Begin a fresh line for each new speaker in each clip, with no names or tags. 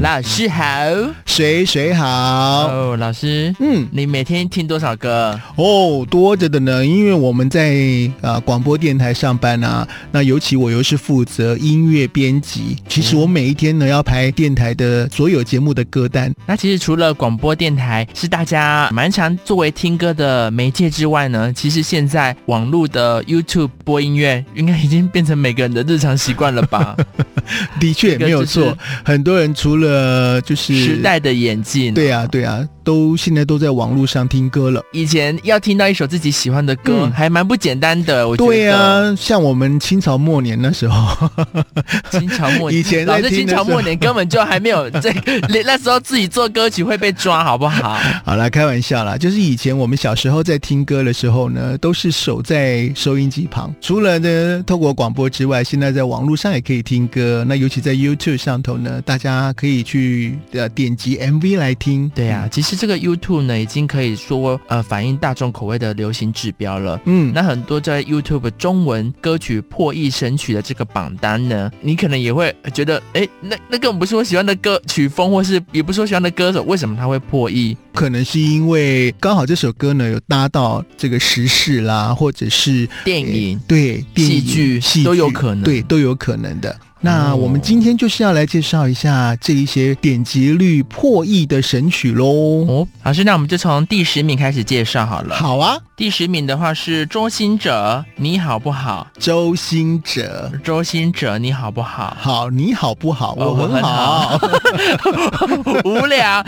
老师好，
谁谁好？
哦，老师，
嗯，
你每天听多少歌？
哦，多着的呢，因为我们在呃广播电台上班啊，那尤其我又是负责音乐编辑，其实我每一天呢要排电台的所有节目的歌单，
那其实除了广播电台是大家蛮常作为听歌的媒介之外呢，其实现在网络的 YouTube 播音乐应该已经变成每个人的日常习惯了吧？
的确
这个
没有
就
错
是，
很多人除了 就是
时代的演进，
对啊对啊，都现在都在网络上听歌了。
以前要听到一首自己喜欢的歌，
嗯
还蛮不简单的，我觉得。
对啊，像我们清朝末年那时候，
清朝末年，
以前
老
在
师
听
清
的
朝
时
末
候，
年根本就还没有这，那那时候自己做歌曲会被抓，好不好？
好啦，开玩笑啦，就是以前我们小时候在听歌的时候呢，都是守在收音机旁，除了呢透过广播之外，现在在网络上也可以听歌。那尤其在 YouTube 上头呢，大家可以去呃点击 MV 来听。
对呀、啊，其实这个 YouTube 呢，已经可以说呃反映大众口味的流行指标了。
嗯，
那很多在 YouTube 中文歌曲破亿神曲的这个榜单呢，你可能也会觉得，哎，那那根本不是我喜欢的歌曲风，或是也不是我喜欢的歌手，为什么他会破亿？
可能是因为刚好这首歌呢有搭到这个时事啦，或者是
电影
诶对电影
戏剧都有可能
对都有可能的。那
哦
我们今天就是要来介绍一下这一些点击率破亿的神曲喽。
哦，老师，那我们就从第十名开始介绍好了。，
好啊，
第十名的话是周兴哲，你好不好？
周兴哲，
周兴哲，你好不好？
好，你好不好？啊
哦
我
我
很好。
无聊，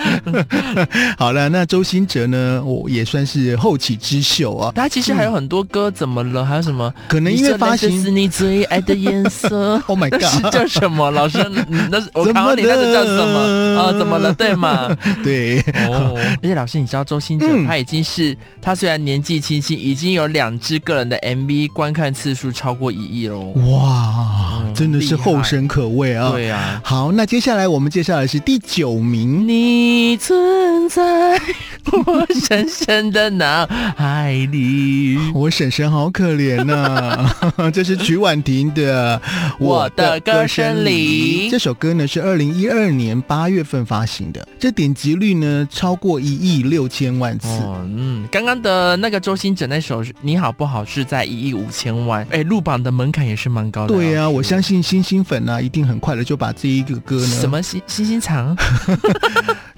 好了，那周兴哲呢，我也算是后起之秀啊。
他其实还有很多歌，怎么了？还有什么？
可能因为发
你说那就是
行
你最爱的颜色
。，Oh my
那是
god，
叫什么？老师，你那是我
怎么
考你，那是叫什么？
了
啊、怎么了？对吗？
对，
哦，而且老师，你知道周星哲、
嗯
他已经是他虽然年纪轻轻，已经有两支个人的 MV 观看次数超过一亿喽。
嗯哇，
嗯
真的是
厉害
后生可畏啊。
对啊，
好，那接下来我们介绍的是第九名，
你存在 我深深的脑海里，
我婶婶好可怜呐、 这是曲婉婷的《
我的歌声里
这首歌呢是二零一二年八月份发行的，这点击率呢超过一亿六千万次。
哦，嗯，刚刚的那个周星哲那首《你好不好》是在一亿五千万，哎，入榜的门槛也是蛮高的。哦
对呀、
老师
我相信星星粉啊，一定很快的就把这一个歌呢，
什么星星星肠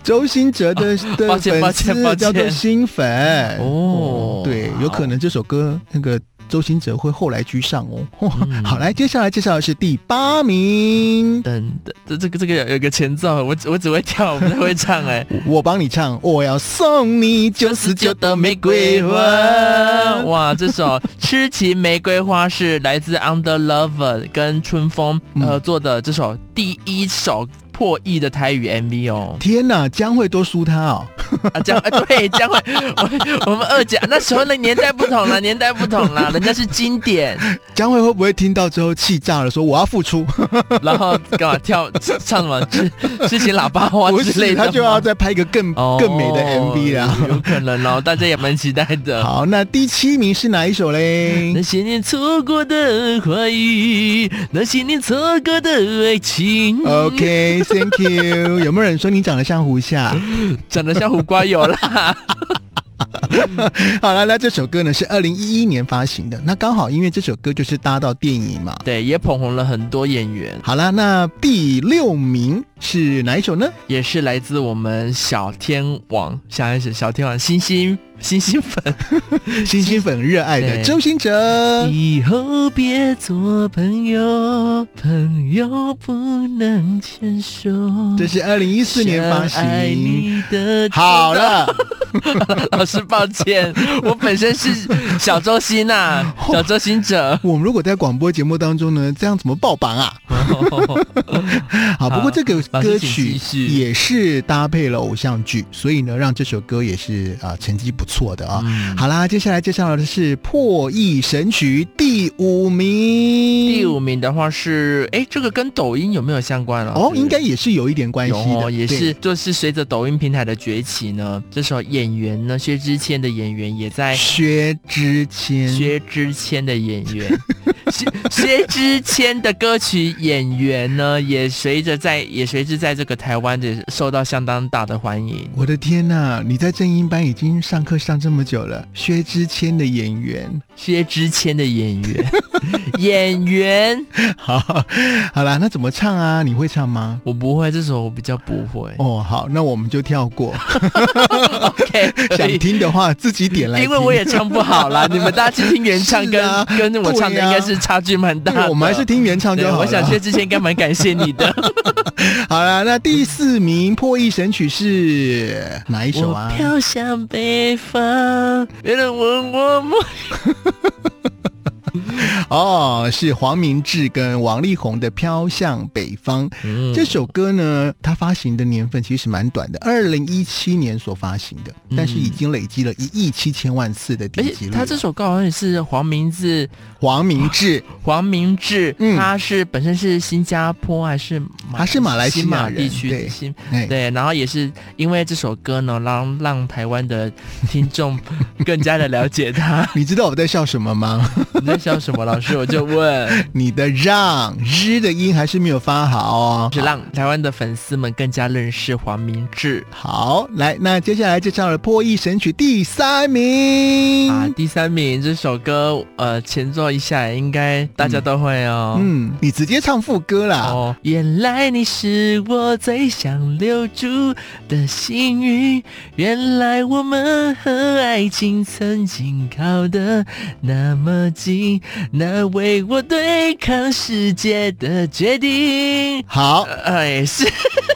周兴哲的、的
哦抱歉抱
粉
歉抱歉
丝叫做星粉
哦
对
好，
有可能这首歌那个周兴哲会后来居上哦。
嗯
好，来，接下来介绍的是第八名，
等等，这这个这个有有个前奏，我只我只会跳，我不太会唱哎、
我帮你唱，我要送你 九十九的玫瑰花。
哇，这首《痴情玫瑰花》是来自 Under Lover 跟春风
嗯。
合作的这首第一首破亿的台语 MV 哦
天哪，将会多输他哦！
啊，将啊对将会， 我我们二姐那时候的年代不同了，年代不同了，人家是经典，
将会会不会听到之后气炸了，说我要复出？
然后干嘛跳唱什么痴痴情喇叭花
不
之类
是，
的吗， 哦
他就要再拍一个更、更美的啊 MV 啦。
有有可能哦，大家也蛮期待的。
好，那第七名是哪一首 嘞
那？些年错过的回忆，那些年错过的爱情。
OK，Thank、you。有没有人说你长得像胡夏？
长得像胡瓜油 啦。
好了，那这首歌呢是二零一一年发行的，那刚好因为这首歌就是搭到电影嘛。
对，也捧红了很多演员，
好了，那第六名是哪一首呢？
也是来自我们小天王，小 S 小天王星星星星粉。
星星粉热爱的
对
周兴哲。
以后别做朋友，朋友不能牵手。
这是二零一四年发
深爱
行。
你的
好了，
老师，抱歉，我本身是小周星呐、 小周星哲。
我们如果在广播节目当中呢，这样怎么爆榜啊？好，不
好
过这个
老师
歌
请
曲
继续
也是搭配了偶像剧，所以呢，让这首歌也是啊、成绩不错的啊、
嗯
好啦，接下来介绍的是《破译神曲》第五名。
第五名的话是，哎，这个跟抖音有没有相关啊？
哦，应该也是有一点关系
有
的，
哦，也是，
对。
就是随着抖音平台的崛起呢，这首演员呢，哎薛之谦的演员也在
薛之谦，
薛之谦的演员薛薛之谦的歌曲演员呢，也随着在也随之在这个台湾的受到相当大的欢迎。
我的天呐、你在正音班已经上课上这么久了，薛之谦的演员，
薛之谦的演员，演员，
好，好啦，那怎么唱啊？你会唱吗？
我不会，这首我比较不会。
哦，好，那我们就跳过。
OK，可
想
以。
听的话，自己点来听。
因为我也唱不好 啦，你们大家去听原唱
是
跟、
啊
跟我唱的
对啊
应该是差距蛮大
对
的。
我们还是听原唱就
对，
好了。
我想薛之谦应该蛮感谢你的。
好了，那第四名破译神曲 是哪一首啊
我？飘向北方，别人问我梦。
哦，是黄明志跟王力宏的《飘向北方》
嗯
这首歌呢，它发行的年份其实蛮短的，二零一七年所发行的，但是已经累积了一亿七千万次的
而
点击
且
率了。
他嗯哎这首歌好像也是黄明志，
黄明志，
黄明志，
嗯
他是本身是新加坡还是马
他是马来西亚
新马
人
地区
对
的新
哎，
对，然后也是因为这首歌呢，让让台湾的听众 更加的了解他。
你知道我在笑什么吗？
你在笑什么？老师，我就问，
你的让日的音还是没有发好哦。
是让台湾的粉丝们更加认识黄明志
好，来，那接下来介绍了破译神曲第三名。
啊。第三名这首歌，呃，前奏一下，应该大家都会哦。
嗯，你直接唱副歌啦。
哦，原来你是我最想留住的幸运，原来我们和爱情曾经靠得那么近，那为我对抗世界的决定。
好，
哎，是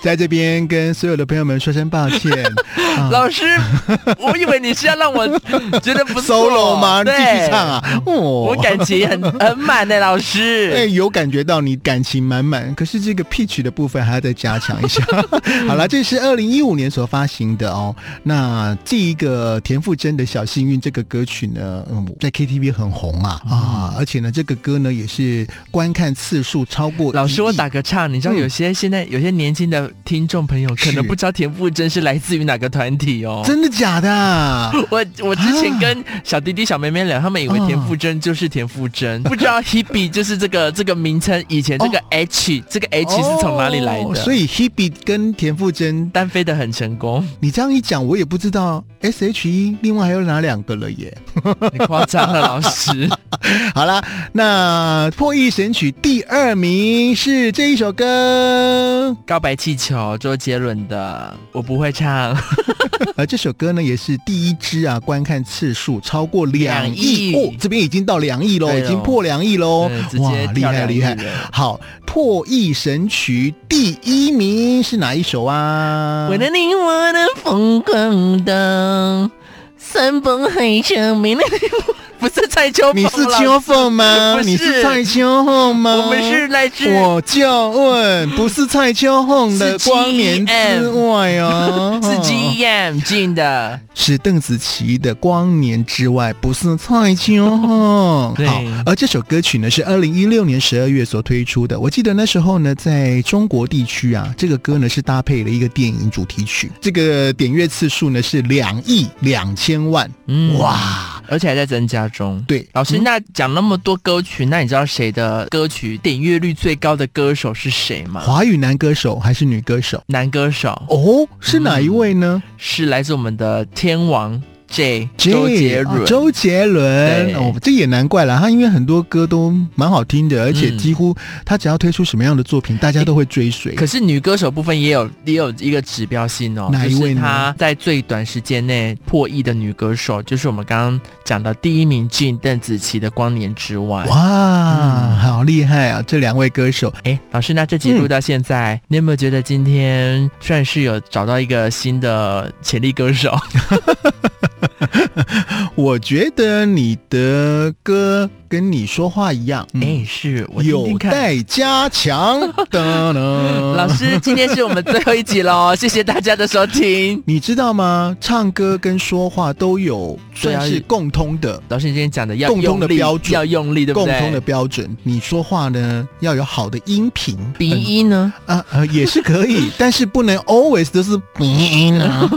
在这边跟所有的朋友们说声抱 歉。啊
老 师，我以为你是要让我觉得不错
solo 吗？你
对，
继续唱！啊！哦，
我感情很很满的、老师。
哎，有感觉到你感情满满，可是这个 pitch 的部分还要再加强 一下。好了，这是二零一五年所发行的哦。那这一个田馥甄的小幸运这个歌曲呢，嗯，在 KTV 很红啊
嗯
啊！而且呢，这个歌呢也是观看次数超过
老师，我
一亿
打个岔，你知道
嗯
有些现在有些年轻的听众朋友可
是
能不知道田馥甄是来自于哪个团体哦。
真的啊假 的啊？
我我之前跟小弟弟、小妹妹聊，他们以为田馥甄就是田馥
嗯
甄，不知道 Hebe 就是这个这个名称，以前这个 H、这个 H 是从哪里来的？
哦所以 Hebe 跟田馥甄，
单飞的很成 功，
你这样一讲，我也不知道 S H E 另外还有哪两个了耶。
你夸张了，老师。
好啦，那《破译神曲》第二名是这一首歌，
告白气球，周杰伦的，我不会唱，
而呃这首歌呢也是第一支啊，观看次数超过两亿
两亿
哦，这边已经到两亿喽，
对
已
咯
经破两亿喽
嗯， 直
哦哇
接，
厉
跳
害
两
厉害
亿！了
好，《破译神曲》第一名是哪一首啊？
为了你，我的疯狂的山崩海啸，没了你， 不是蔡秋
你
凤，
是
老
秋凤吗？
不是
你是蔡秋凤吗？
我们是来自
我就问，不是蔡秋凤的
是
光年之
嗯
外哦
，是 GM 进的，
是邓紫棋的《光年之外》，不是蔡秋 凤。
对
好，而这首歌曲呢是二零一六年十二月所推出的。我记得那时候呢，在中国地区啊，这个歌呢是搭配了一个电影主题曲，这个点阅次数呢是两亿两千万，
嗯，
哇！
而且还在增加中。
对，
老师，
嗯
那讲那么多歌曲，那你知道谁的歌曲点阅率最高的歌手是谁吗？
华语男歌手还是女歌手？
男歌手
哦，是哪一位呢？
是来自我们的天王 J 周
J-
杰伦
哦。周杰伦
对
哦，这也难怪了。他因为很多歌都蛮好听的，而且
嗯
几乎他只要推出什么样的作品，大家都会追随。
可是女歌手部分也有也有一个指标性哦，
哪一位
就是
呢
她在最短时间内破亿的女歌手，就是我们刚刚讲的第一名进邓紫棋的《光年之外》。嗯
哇，好厉害啊！这两位歌手，
哎，老师，那这集录到现在，你有没有觉得今天嗯算是有找到一个新的潜力歌手？
我觉得你的歌跟你说话一样，嗯
哎、是我听
有
听看。
待 加强。噔噔
老师，今天是我们最后一集喽，谢谢大家的收 听。
你知道吗？唱歌跟说话都有
对啊
算是共通的。
老师，你今天讲的要
共通的
用力
标准
要用力，对不
共
对？
通的标准，你说话呢要有好的音频，
鼻音呢？
啊啊、呃也是 可以，但是不能 always 都是鼻
嗯
音 啊。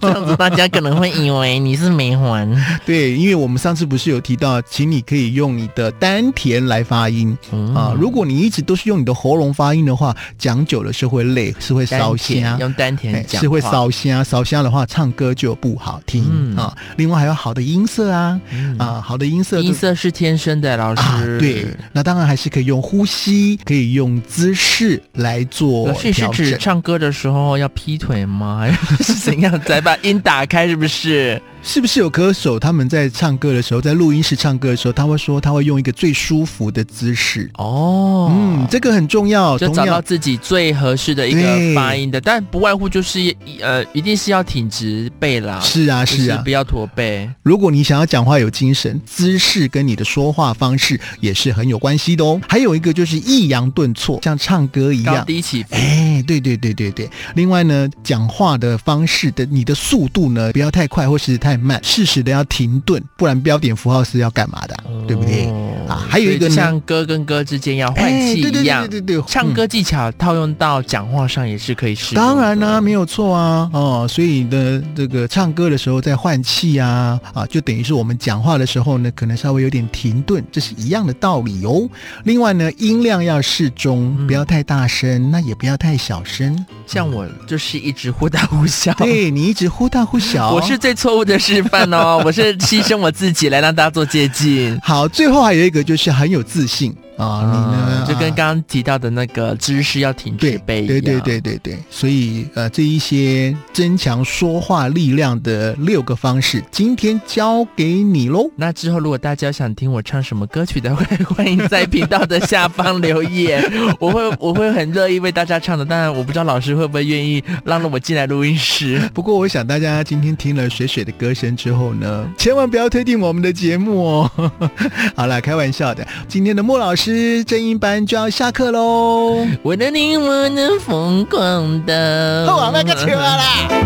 这样子大家可能会以为你是没还。
对，因为我们上次不是有提到，请你可以以用你的丹田来发音
嗯
啊。如果你一直都是用你的喉咙发音的话，讲久了是会累，是会烧
丹田
香。
用丹田
哎
讲话
是会，烧香，烧香的话，唱歌就不好听、
嗯
啊。另外还有好的音色啊，
嗯
啊，好的音色都，
音色是天生的，老
啊
师，
对，那当然还是可以用呼吸，可以用姿势来做
老师你呃是
调
指
整。
唱歌的时候要劈腿吗？ 还是怎样才把音打开？是不是？
是不是有歌手他们在唱歌的时候，在录音室唱歌的时候，他会说他会用一个最舒服的姿势？
哦，
嗯，这个很重要。
就
同
找到
样，
自己最合适的一个
对
发音的，但不外乎就是呃，一定是要挺直背啦，
是啊，
就是
啊
不。要驼背。
如果你想要讲话有精神，姿势跟你的说话方式也是很有关系的哦。还有一个就是抑扬顿挫，像唱歌一
高
样。
低起伏，
哎，对对对对对。另外呢，讲话的方式的你的速度呢，不要太快或是太慢，适时的要停顿，不然标点符号是要干嘛的啊，对不对？
哦
啊还有一个呢
所以像歌跟歌之间要换
哎
气
对对
一样
对，对对对，
唱
嗯
歌技巧套用到讲话上也是可以使用的。
当然啦、没有错啊，哦，所以呢，这个唱歌的时候在换气啊，啊，就等于是我们讲话的时候呢，可能稍微有点停顿，这是一样的道理哦。另外呢，音量要适中，
嗯
不要太大声，那也不要太小声。
像我就是一直忽大忽小。
嗯对你一直忽大忽小，
我是最错误的示范哦， 我是牺牲我自己来让大家做借鉴。
好。最后还有一个就是很有自信 啊，你呢
嗯就跟
啊
刚刚提到的那个知识要挺
对
直背一样。
对对对对对，所以呃，这一些增强说话力量的六个方式，今天教给你喽。
那之后，如果大家想听我唱什么歌曲的，会 欢迎在频道的下方留言，我会我会很乐意为大家唱的。当然，我不知道老师会不会愿意让了我进来录音室。
不过，我想大家今天听了水水的歌声之后呢，千万不要推定我们的节目哦。 好啦，开玩笑的，今天的莫老师正音班就要下课喽。
我的灵魂能疯狂的，
后往那个车啦。